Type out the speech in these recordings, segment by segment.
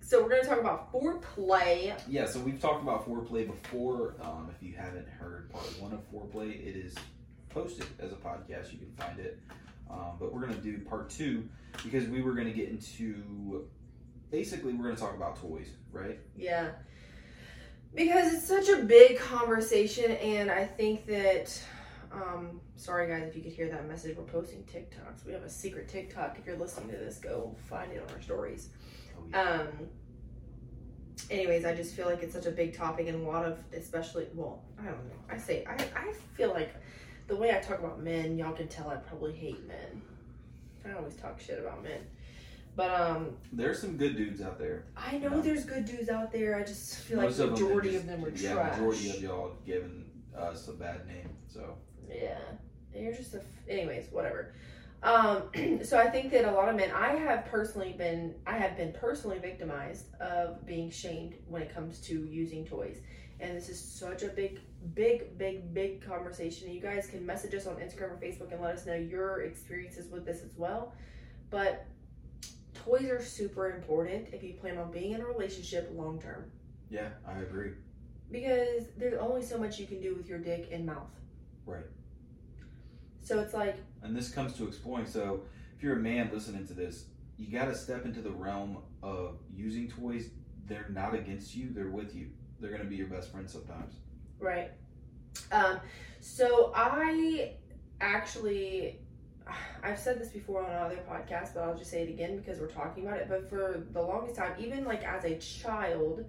So we're going to talk about foreplay. Yeah, so we've talked about foreplay before. Um, if you haven't heard part one of foreplay, it is posted as a podcast. You can find it. Um, but we're going to do part two because we were going to get into basically we're going to talk about toys, right? Yeah. Because it's such a big conversation, and I think that. Um, sorry guys if you could hear that message. We're posting TikToks. We have a secret TikTok. If you're listening to this, go find it on our stories. Oh, yeah. um anyways i just feel like it's such a big topic and a lot of especially well i don't know i say i i feel like the way i talk about men y'all can tell i probably hate men i always talk shit about men but um There's some good dudes out there. i know No. there's good dudes out there i just feel like Most the them majority just- of them are yeah, trash majority of y'all giving us a bad name. So Yeah. And You're just a. F- anyways, whatever. Um, so I think that a lot of men, I have personally been, I have been personally victimized of being shamed when it comes to using toys. And this is such a big, big, big, big conversation. You guys can message us on Instagram or Facebook and let us know your experiences with this as well. But toys are super important if you plan on being in a relationship long term yeah, I agree. because there's only so much you can do with your dick and mouth. Right. So it's like, And this comes to exploring. So if you're a man listening to this, you got to step into the realm of using toys. They're not against you. They're with you. They're gonna be your best friend sometimes. Right. Um, so I actually, I've said this before on other podcasts, but I'll just say it again because we're talking about it. But for the longest time, even like as a child,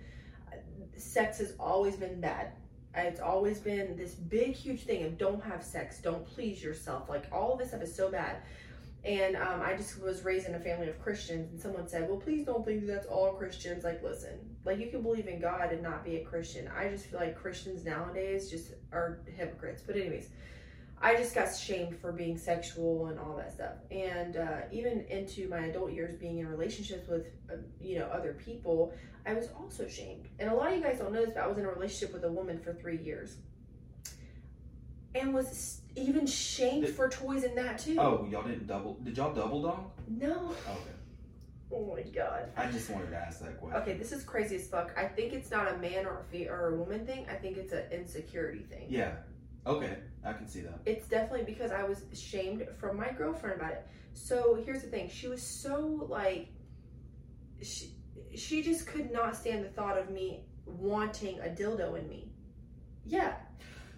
sex has always been bad. It's always been this big, huge thing of don't have sex, don't please yourself. Like all this stuff is so bad. And um, I just was raised in a family of Christians, and someone said, "Well, please don't think that's all Christians." Like, listen, like you can believe in God and not be a Christian. I just feel like Christians nowadays just are hypocrites. But anyways, I just got shamed for being sexual and all that stuff, and uh, even into my adult years, being in relationships with uh, you know other people, I was also shamed. And a lot of you guys don't know this, but I was in a relationship with a woman for three years, and was s- even shamed Did- for toys in that too. Oh, y'all didn't double? Did y'all double dong? No. Okay, Oh my god. I just wanted to ask that question. Okay, this is crazy as fuck. I think it's not a man or a fe- or a woman thing. I think it's an insecurity thing. Yeah. Okay, I can see that. It's definitely because I was shamed from my girlfriend about it. So here's the thing: she was so like, she she just could not stand the thought of me wanting a dildo in me. Yeah,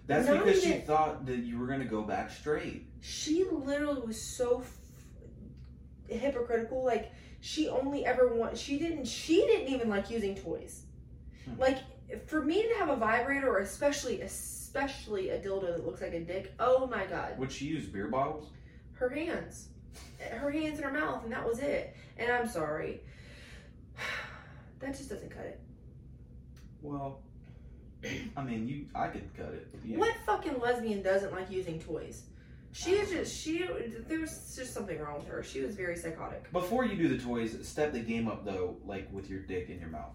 That's Not because she even- thought that you were gonna go back straight. she literally was so f- hypocritical like she only ever want she didn't she didn't even like using toys Hmm. like for me to have a vibrator or especially especially a dildo that looks like a dick oh my god Would she use beer bottles? her hands her hands and her mouth and that was it and i'm sorry that just doesn't cut it Well, I mean, you, I could cut it. You- what fucking lesbian doesn't like using toys she is just she there was just something wrong with her she was very psychotic Before you do the toys, step the game up though, like with your dick in your mouth.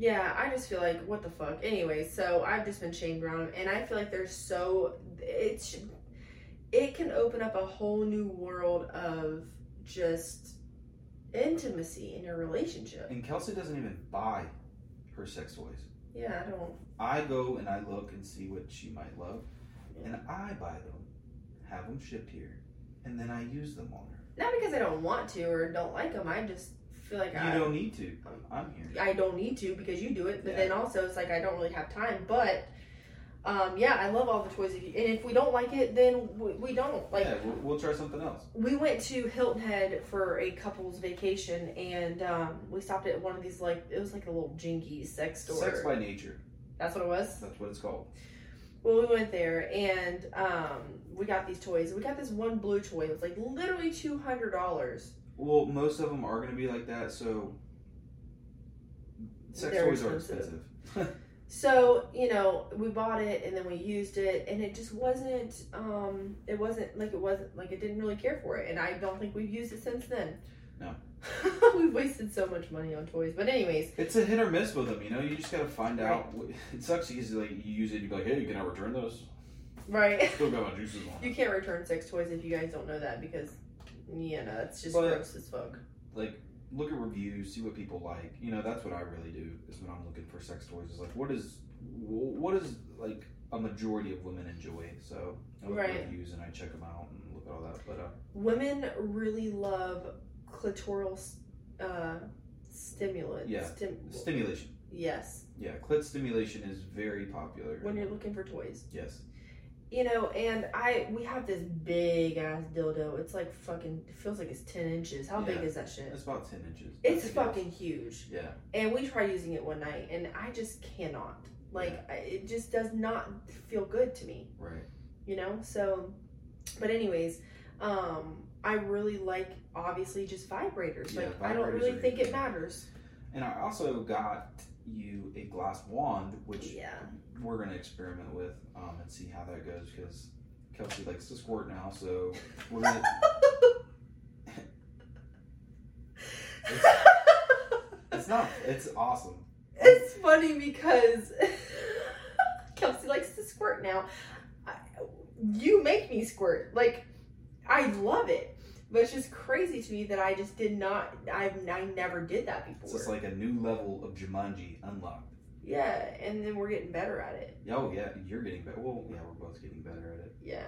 Yeah, I just feel like what the fuck. Anyway, so I've just been shamed around, and I feel like there's so it's it can open up a whole new world of just intimacy in your relationship. And Kelsey doesn't even buy her sex toys. Yeah, I don't. I go and I look and see what she might love, and I buy them, have them shipped here, and then I use them on her. Not because I don't want to or don't like them. I just feel like I You don't need to. I'm here. I don't need to because you do it. But Yeah. then also it's like I don't really have time. But um, yeah, I love all the toys. that you- And if we don't like it, then we, we don't like. yeah, we'll, we'll try something else. we went to Hilton Head for a couple's vacation, and um, we stopped at one of these like it was like a little jinky sex store. Sex by nature. That's what it was. That's what it's called. Well, we went there, and um, we got these toys. We got this one blue toy. It was like literally two hundred dollars. Well, most of them are going to be like that, so sex They're toys are expensive. expensive. So you know, we bought it, and then we used it, and it just wasn't. Um, it wasn't like it wasn't like it didn't really care for it, and I don't think we've used it since then. No. we've wasted so much money on toys. But anyways. It's a hit or miss with them, you know. You just got to find Right. out. It sucks because like you use it, you be like, "Hey, can I return those?" Right. Still got my juices on. you can't return sex toys if you guys don't know that because, yeah, no, it's just But- gross as fuck. Like look at reviews, see what people like. You know, that's what I really do is when I'm looking for sex toys. Is like what is what is like a majority of women enjoy. So I look Right. at reviews and I check them out and look at all that. But uh, Women really love clitoral s- uh, stimulant. Yeah. Stim- stimulation, yes. yeah, clit stimulation is very popular. When you're looking for toys. yes, You know, and I we have this big ass dildo. It's like fucking it feels like it's ten inches. How big Yeah. is that shit? it's about ten inches. It's That's a guess. fucking huge. yeah. And we tried using it one night and I just cannot. Like I, it just does not feel good to me. Right. you know so but anyways um i really like obviously just vibrators Yeah, like i don't vibrators really are think it good. matters And I also got you a glass wand, which yeah we're gonna experiment with um, and see how that goes because Kelsey likes to squirt now, so we're gonna. It's not. It's awesome. It's funny because Kelsey likes to squirt now. I, you make me squirt. Like, I love it. But it's just crazy to me that I just did not, I, I never did that It's before. just like a new level of Jumanji unlocked. yeah, and then we're getting better at it. Oh yeah, you're getting better. Well, yeah, we're both getting better at it. Yeah.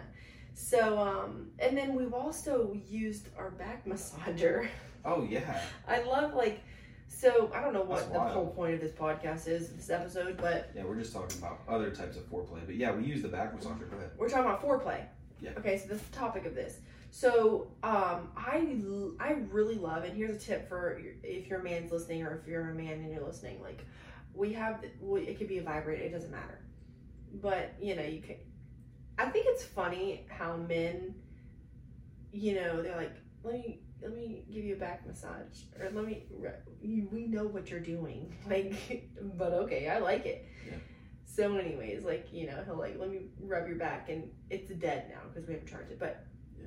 So, um, and then we've also used our back massager. Oh yeah, I love, like, so I don't know That's what the wild. whole point of this podcast is, this episode, but yeah. We're just talking about other types of foreplay, but yeah, we use the back massager. Go ahead. We're talking about foreplay. Yeah. Okay, so this is the topic of this. So, um, I l- I really love, and here's a tip for your- if your man's listening or if you're a man and you're listening. Like, we have well, it could be a vibrator. It doesn't matter. But you know, you can. I think it's funny how men, you know, they're like, let me let me give you a back massage, or let me. You, we know what you're doing, like, but okay, I like it. Yeah. So, anyways, like you know, he'll like let me rub your back, and it's dead now because we haven't charged it. But, Yeah.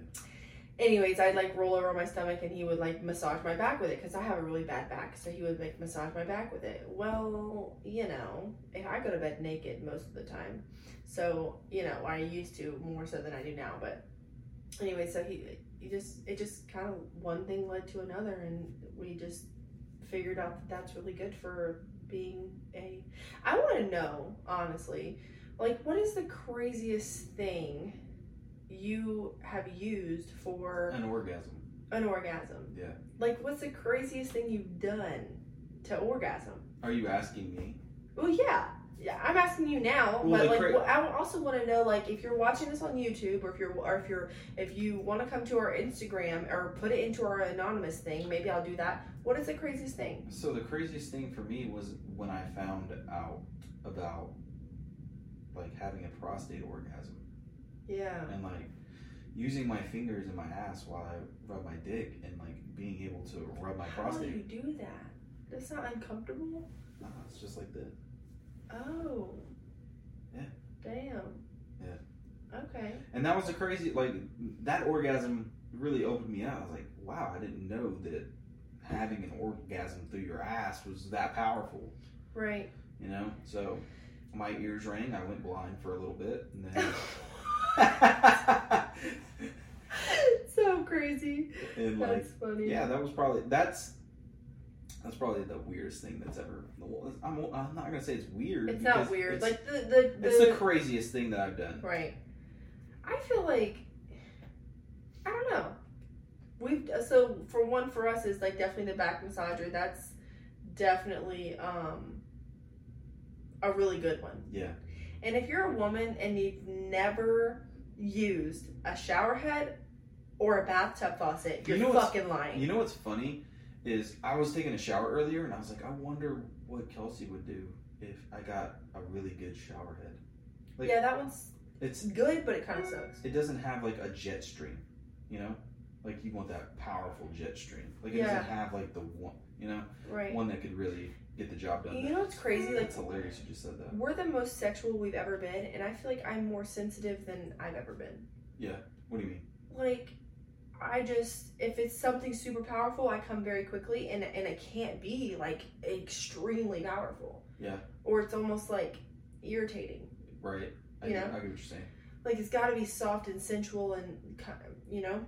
anyways, I'd like roll over on my stomach, and he would like massage my back with it because I have a really bad back. So he would like massage my back with it. Well, you know, if I go to bed naked most of the time, so you know, I used to more so than I do now. But, anyway, so he, he just it just kind of one thing led to another, and we just figured out that that's really good for being a I want to know, honestly, like what is the craziest thing you have used for An orgasm. an orgasm? Yeah. Like what's the craziest thing you've done to orgasm? Are you asking me? Well, yeah. Yeah, I'm asking you now, Well, but the like cra- well, I also want to know like if you're watching this on YouTube or if you're or if you're if you want to come to our Instagram or put it into our anonymous thing, maybe I'll do that. What is the craziest thing? So the craziest thing for me was when I found out about like having a prostate orgasm Yeah. and like using my fingers in my ass while I rub my dick and like being able to rub my How do you prostate. do that? That's not uncomfortable. Nah, it's just like that. Oh. Yeah. Damn. Yeah. Okay. And that was a crazy like that orgasm really opened me up. I was like, wow, I didn't know that having an orgasm through your ass was that powerful. Right. You know, so my ears rang. I went blind for a little bit, and then. so crazy. and like That's funny. yeah that was probably that's that's probably the weirdest thing that's ever well, I'm, I'm not gonna say it's weird It's not because weird. it's, like the the, the, it's the craziest thing that i've done right. I feel like I don't know. We've uh, so for one for us is like definitely the back massager. That's definitely um a really good one. yeah And if you're a woman and you've never used a shower head or a bathtub faucet, You you're know what's- fucking lying. you know what's funny is i was taking a shower earlier and i was like i wonder what kelsey would do if i got a really good shower head like- yeah, that one's it's good, but it kind of sucks. it doesn't have like a jet stream you know like you want that powerful jet stream like it Yeah. doesn't have like the one you know Right. one that could really get the job done You know what's crazy? Like that's hilarious you just said that we're the most sexual we've ever been, and I feel like I'm more sensitive than I've ever been. what do you mean Like I just if it's something super powerful, I come very quickly, and and it can't be like extremely powerful. Yeah. Or it's almost like irritating. Right. I, You get- know? I get what you're saying. like it's got to be soft and sensual and kind of, you know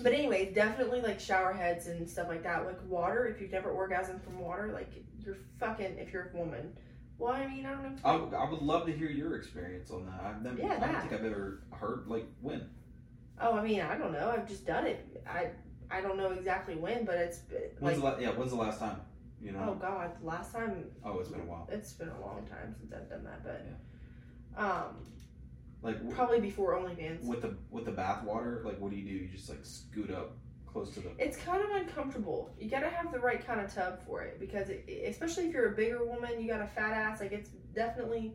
But anyways, definitely like shower heads and stuff like that. Like water, if you've never orgasmed from water, like you're fucking. If you're a woman, well, I mean, I don't know. I, would- I would love to hear your experience on that. I've never, Yeah, I don't that. think I've ever heard like when. Oh, I mean, I don't know. I've just done it. I I don't know exactly when, but it's uh, When's like the la- yeah? When's the last time? You oh know? god, the last time Oh, it's been a while. it's been a long time since I've done that, but um Like w- probably before OnlyFans. with the with the bath water, like what do you do? You just like scoot up close to the. It's kind of uncomfortable. You gotta have the right kind of tub for it because, it, especially if you're a bigger woman, you got a fat ass. Like it's definitely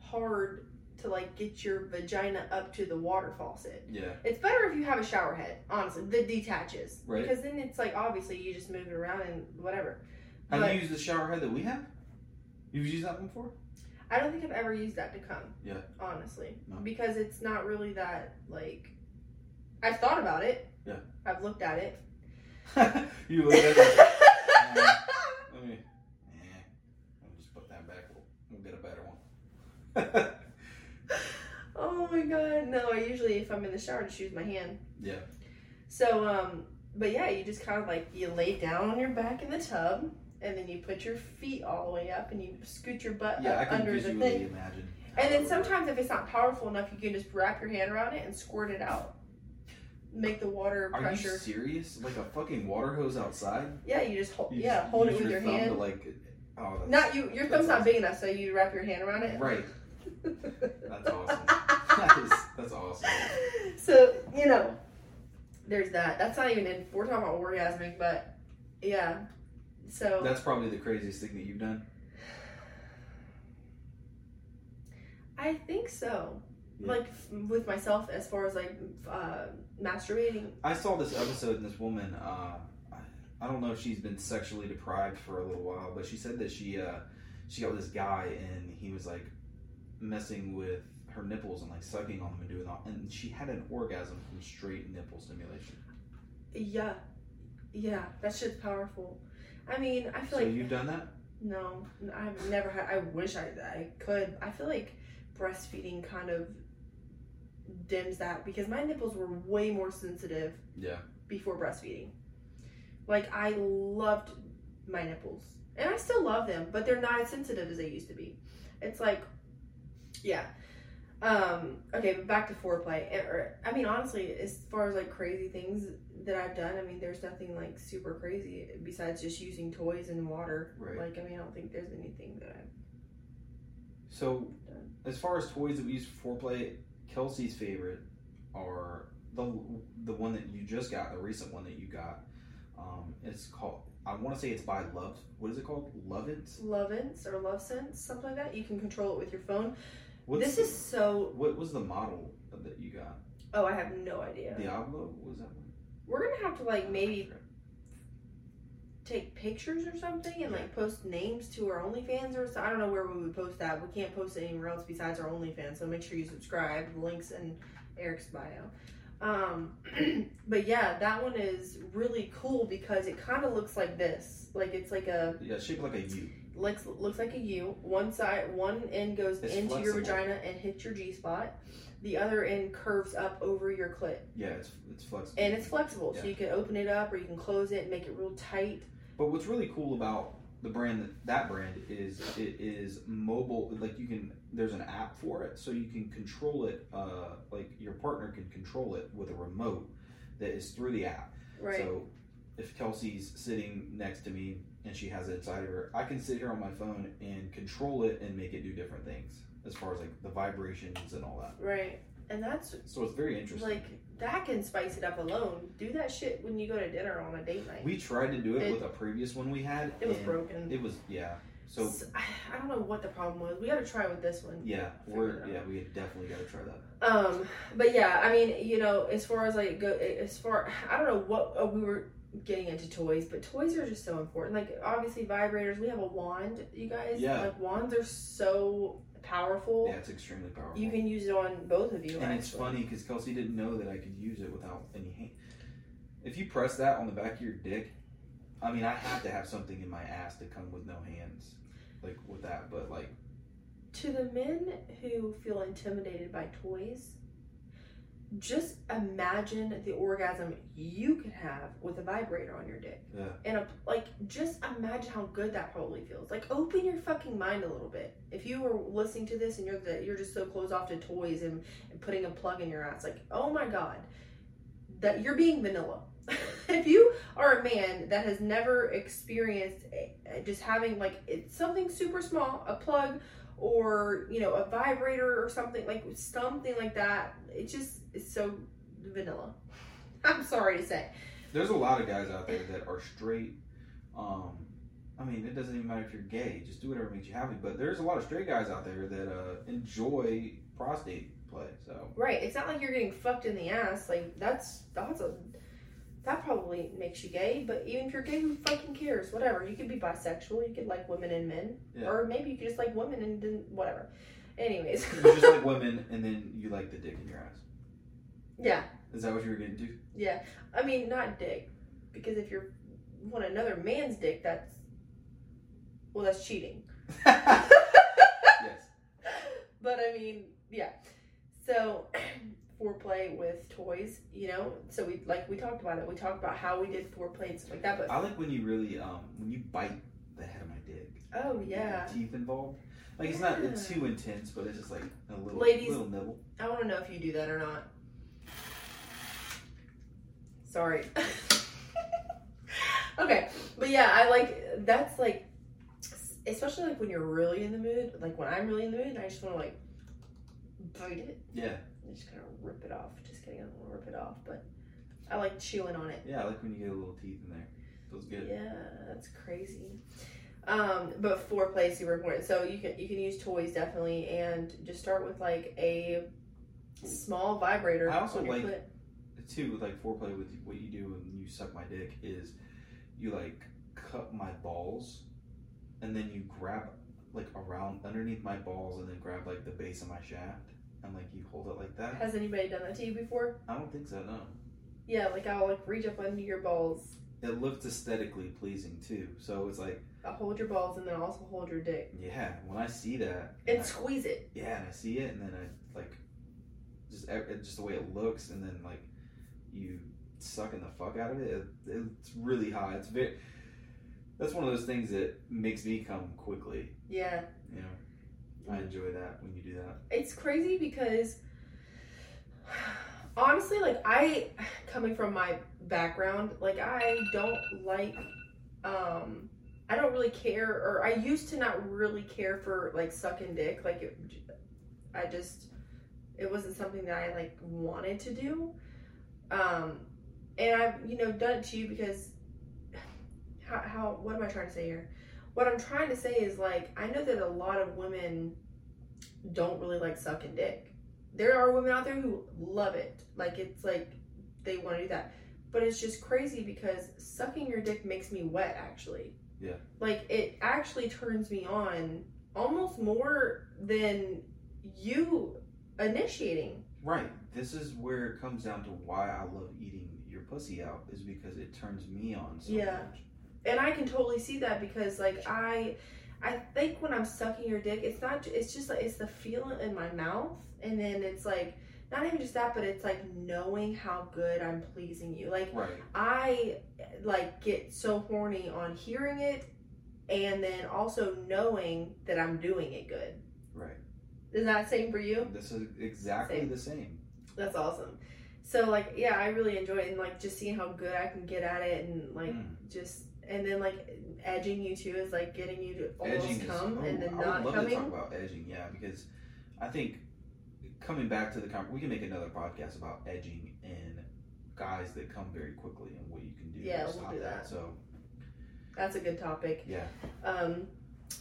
hard to like get your vagina up to the water faucet. Yeah. It's better if you have a shower head, honestly, that detaches Right. because then it's like obviously you just move it around and whatever. Have But- you used the shower head that we have? You've used that one before? I don't think I've ever used that to come. Yeah. Honestly, No. because it's not really that like. I've thought about it. Yeah. I've looked at it. you look at it. Let me. Eh, I'll just put that back. We'll, we'll get a better one. Oh my god, no, I usually if I'm in the shower just use my hand. Yeah. So um but yeah, you just kind of like you lay down on your back in the tub and then you put your feet all the way up and you scoot your butt yeah, I up can under the visually thing. imagine. how And then that would work. sometimes if it's not powerful enough, you can just wrap your hand around it and squirt it out. Make the water Are you pressure. serious? Like a fucking water hose outside? yeah, you just hold You yeah, just hold it use with your, thumb hand. To like, oh, that's, not you your that's thumb's not awesome. big enough, so you wrap your hand around it. Right. That's awesome. that is, that's awesome. so you know, there's that. That's not even in. We're talking about orgasmic, but yeah. So That's probably the craziest thing that you've done. I think so. Yeah. Like f- with myself, as far as like uh, masturbating. I saw this episode and this woman, uh, I- I don't know if she's been sexually deprived for a little while, but she said that she uh, she got with this guy and he was like messing with her nipples and like sucking on them and doing all, and she had an orgasm from straight nipple stimulation. Yeah, yeah, that shit's powerful. I mean, I feel so like you've done that? no, I've never had. I wish I I could. I feel like breastfeeding kind of dims that because my nipples were way more sensitive Yeah. before breastfeeding. Like I loved my nipples. And I still love them, but they're not as sensitive as they used to be. It's like yeah. Um okay, but back to foreplay. And- or- I mean honestly, as far as like crazy things that I've done, I mean there's nothing like super crazy besides just using toys and water. Right. Like I mean I don't think there's anything that I've So, as far as toys that we use for foreplay, Kelsey's favorite are the the one that you just got, the recent one that you got. Um, it's called. I want to say it's by Love. What is it called? Love it. Lovins or Love Sense, something like that. You can control it with your phone. What's this the- is so What was the model that you got? oh, I have no idea. Diablo was that one? We're gonna have to like maybe take pictures or something and like post names to our OnlyFans or so. I don't know where we would post that. We can't post it anywhere else besides our OnlyFans. So make sure you subscribe. The links in Eric's bio. Um, but yeah, that one is really cool because it kind of looks like this. Like it's like a Yeah, shaped like a U. looks looks like a U. One side, one end goes It's into your flexible. vagina and hits your G spot. The other end curves up over your clit Yeah, it's it's flexible. and it's flexible, so Yeah. you can open it up or you can close it and make it real tight. But what's really cool about the brand that that brand is it is mobile. Like you can there's an app for it, so you can control it. Uh, like your partner can control it with a remote that is through the app. Right. So if Kelsey's sitting next to me and she has it inside of her, I can sit here on my phone and control it and make it do different things as far as like the vibrations and all that. Right. And that's So it's very interesting. like that can spice it up alone. Do that shit when you go to dinner on a date night. We tried to do it, It- with a previous one we had. it was and broken. It was yeah. So S- I I don't know what the problem was. We got to try with this one. yeah, Figure we're it yeah we definitely got to try that. Um, but yeah, I mean, you know, as far as like go, as far I don't know what uh, we were getting into toys, but toys are just so important. Like obviously vibrators. We have a wand, you guys. Yeah. Like wands are so powerful. Yeah, it's extremely powerful. You can use it on both of you. and it's actually. funny because Kelsey didn't know that I could use it without any hand. If you press that on the back of your dick, I mean I have to have something in my ass to come with no hands, like with that. But like To the men who feel intimidated by toys, just imagine the orgasm you can have with a vibrator on your dick. Yeah. And a, like, just imagine how good that probably feels. Like, open your fucking mind a little bit. If you were listening to this and you're the, you're just so closed off to toys and, and putting a plug in your ass, like, oh my god, that you're being vanilla. if you are a man that has never experienced eh, eh, just having like it's something super small, a plug, or you know a vibrator or something like something like that it just is so vanilla i'm sorry to say There's a lot of guys out there that are straight. Um, I mean, it doesn't even matter if you're gay. Just do whatever makes you happy. But there's a lot of straight guys out there that uh, enjoy prostate play. So right it's not like you're getting fucked in the ass like that's that's a that probably makes you gay but even if you're gay who fucking cares whatever you could be bisexual you could like women and men Yeah. or maybe you could just like women and then whatever anyways you just like women, and then you like the dick in your ass. yeah Is that what you were gonna do? yeah i mean not dick because if you're you want another man's dick that's well that's cheating yes. but I mean, yeah. So foreplay with toys, you know. So we like we talked about it. We talked about how we did foreplay and stuff like that. But I like when you really um when you bite the head of my dick. oh With yeah, the Teeth involved. Like it's not Yeah. too intense, but it's just like a little Ladies- little nibble. I want to know if you do that or not. Sorry. okay, but yeah, I like that's like, especially like when you're really in the mood. Like when I'm really in the mood, I just want to like bite it. Yeah, I'm just gonna rip it off. Just kidding, I don't want to rip it off, but I like chewing on it. yeah. I like when you get a little teeth in there. Feels good. Yeah, that's crazy. Um, but foreplay is super important. So you can you can use toys definitely, and just start with like a small vibrator. I also on your like- clit. too with like foreplay with what you do when you suck my dick is you like cut my balls and then you grab like around underneath my balls and then grab like the base of my shaft and like you hold it like that. Has anybody done that to you before? I don't think so, no. Yeah, like I'll like reach up under your balls. It looked aesthetically pleasing too. So it's like, I'll hold your balls and then I'll also hold your dick yeah, when I see that and I- squeeze it. yeah, and I see it and then I like just ev- just the way it looks and then like you sucking the fuck out of it. it it's really hot. It's very. That's one of those things that makes me come quickly. Yeah, You know, I Mm-hmm. enjoy that when you do that. it's crazy because honestly, like I coming from my background, like I don't like um I don't really care or I used to not really care for like sucking dick. Like it, I just it wasn't something that I like wanted to do. Um and I've, you know, done it to you because how, how what am I trying to say here? What I'm trying to say is like I know that a lot of women don't really like sucking dick there are women out there who love it. Like it's like they want to do that. But it's just crazy because sucking your dick makes me wet actually. Yeah. Like it actually turns me on almost more than you initiating. Right. This is where it comes down to why I love eating your pussy out is because it turns me on. So Yeah. Much. And I can totally see that because like I I think when I'm sucking your dick, it's not it's just like it's the feeling in my mouth and then it's like not even just that, but it's like knowing how good I'm pleasing you. Like Right. I like get so horny on hearing it and then also knowing that I'm doing it good. Right. Is that same for you? This is exactly Same. the same. That's awesome. So like yeah, I really enjoy it and like just seeing how good I can get at it and like Mm. just and then like edging you too is like getting you to almost edging come is, and ooh, then I would not love to talk coming. about edging, yeah, because I think coming back to the con- we can make another podcast about edging and guys that come very quickly and what you can do. Yeah, to we'll stop do that. So That's a good topic. yeah, Um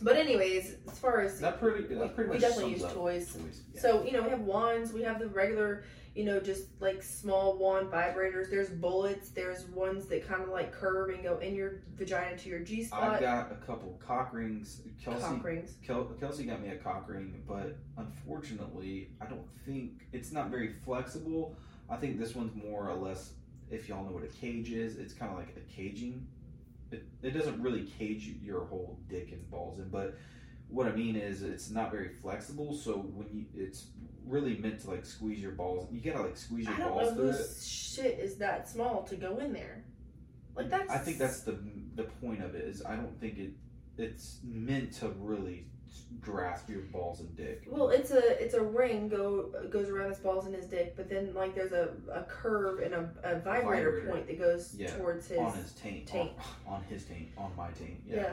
but anyways, as far as that pretty we- that pretty we much definitely sums use up toys. yeah. So, you know, we have wands, we have the regular, you know, just like small wand vibrators. There's bullets, there's ones that kind of like curve and go in your vagina to your G I've spot. got a couple cock rings. Kelsey uh, Cock rings. Kel- Kelsey got me a cock ring, but unfortunately, I don't think it's not very flexible. I think this one's more or less, if y'all know what a cage is, it's kind of like a caging. It, it doesn't really cage your whole dick and balls in, but what I mean is it's not very flexible. So when you, it's really meant to like squeeze your balls. You gotta like squeeze your I don't know balls through whose it. shit is that small to go in there. Like that's. I think that's the the point of it is I don't think it it's meant to really grasp your balls and dick. Well, it's a it's a ring go goes around his balls and his dick, but then like there's a, a curve and a, a vibrator, Vibrator. point that goes Yeah, towards his on his taint, taint. On, on his taint, on my taint. yeah. Yeah.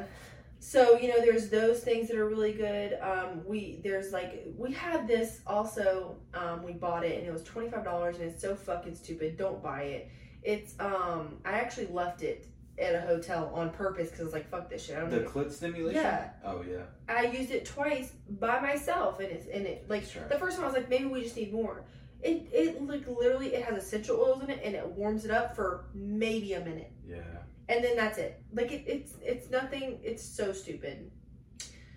So you know, there's those things that are really good. Um, we there's like we had this also. Um, we bought it and it was twenty five dollars and it's so fucking stupid. Don't buy it. It's um I actually left it at a hotel on purpose because I was like fuck this shit. I don't The need it. clit stimulation. Yeah. Oh yeah. I used it twice by myself, and it's and it like That's right. the first time I was like, maybe we just need more. It it like literally it has essential oils in it, and it warms it up for maybe a minute, Yeah. and then that's it. Like it, it's it's nothing. It's so stupid.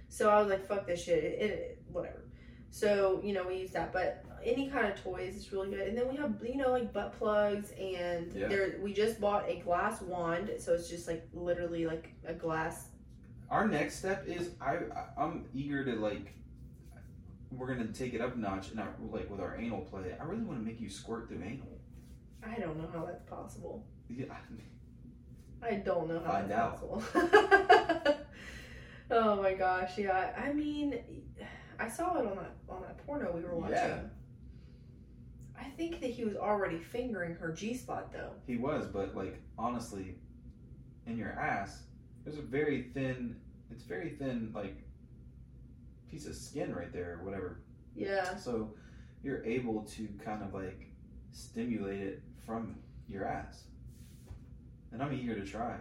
So I was like, fuck this shit. It, it- whatever. So you know we use that, but any kind of toys is really good. And then we have you know like butt plugs, and Yeah. there we just bought a glass wand, so it's just like literally like a glass Our next step is I I- I'm eager to like we're gonna take it up a notch and I, like with our anal play. I really want to make you squirt through anal. I don't know how that's possible. Yeah. I don't know how Find that's out. possible. oh my gosh, yeah. I mean, I saw it on that on that porno we were watching. Yeah. I think that he was already fingering her G spot though. He was, but like honestly, in your ass, there's a very thin. It's very thin, like piece of skin right there, or whatever. Yeah. So you're able to kind of like stimulate it from your ass, and I'm eager to try.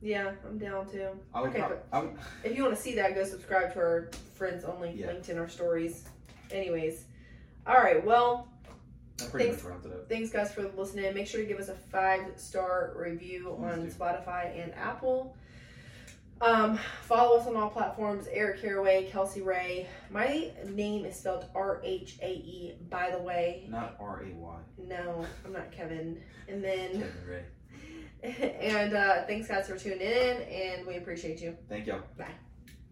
Yeah, I'm down too. I would. Okay, prob- I would If you want to see that, go subscribe to our friends only Yeah. linked in our stories. Anyways. All right, well, I pretty Thanks. much wrapped it up. Thanks, guys, for listening. Make sure you give us a five star review Please on do. Spotify and Apple. Um, follow us on all platforms Eric Caraway, Kelsey Ray. My name is spelled R H A E, by the way. Not R A Y. No, I'm not Kevin. And then, Kevin Ray. and uh, thanks, guys, for tuning in, and we appreciate you. Thank y'all. Bye.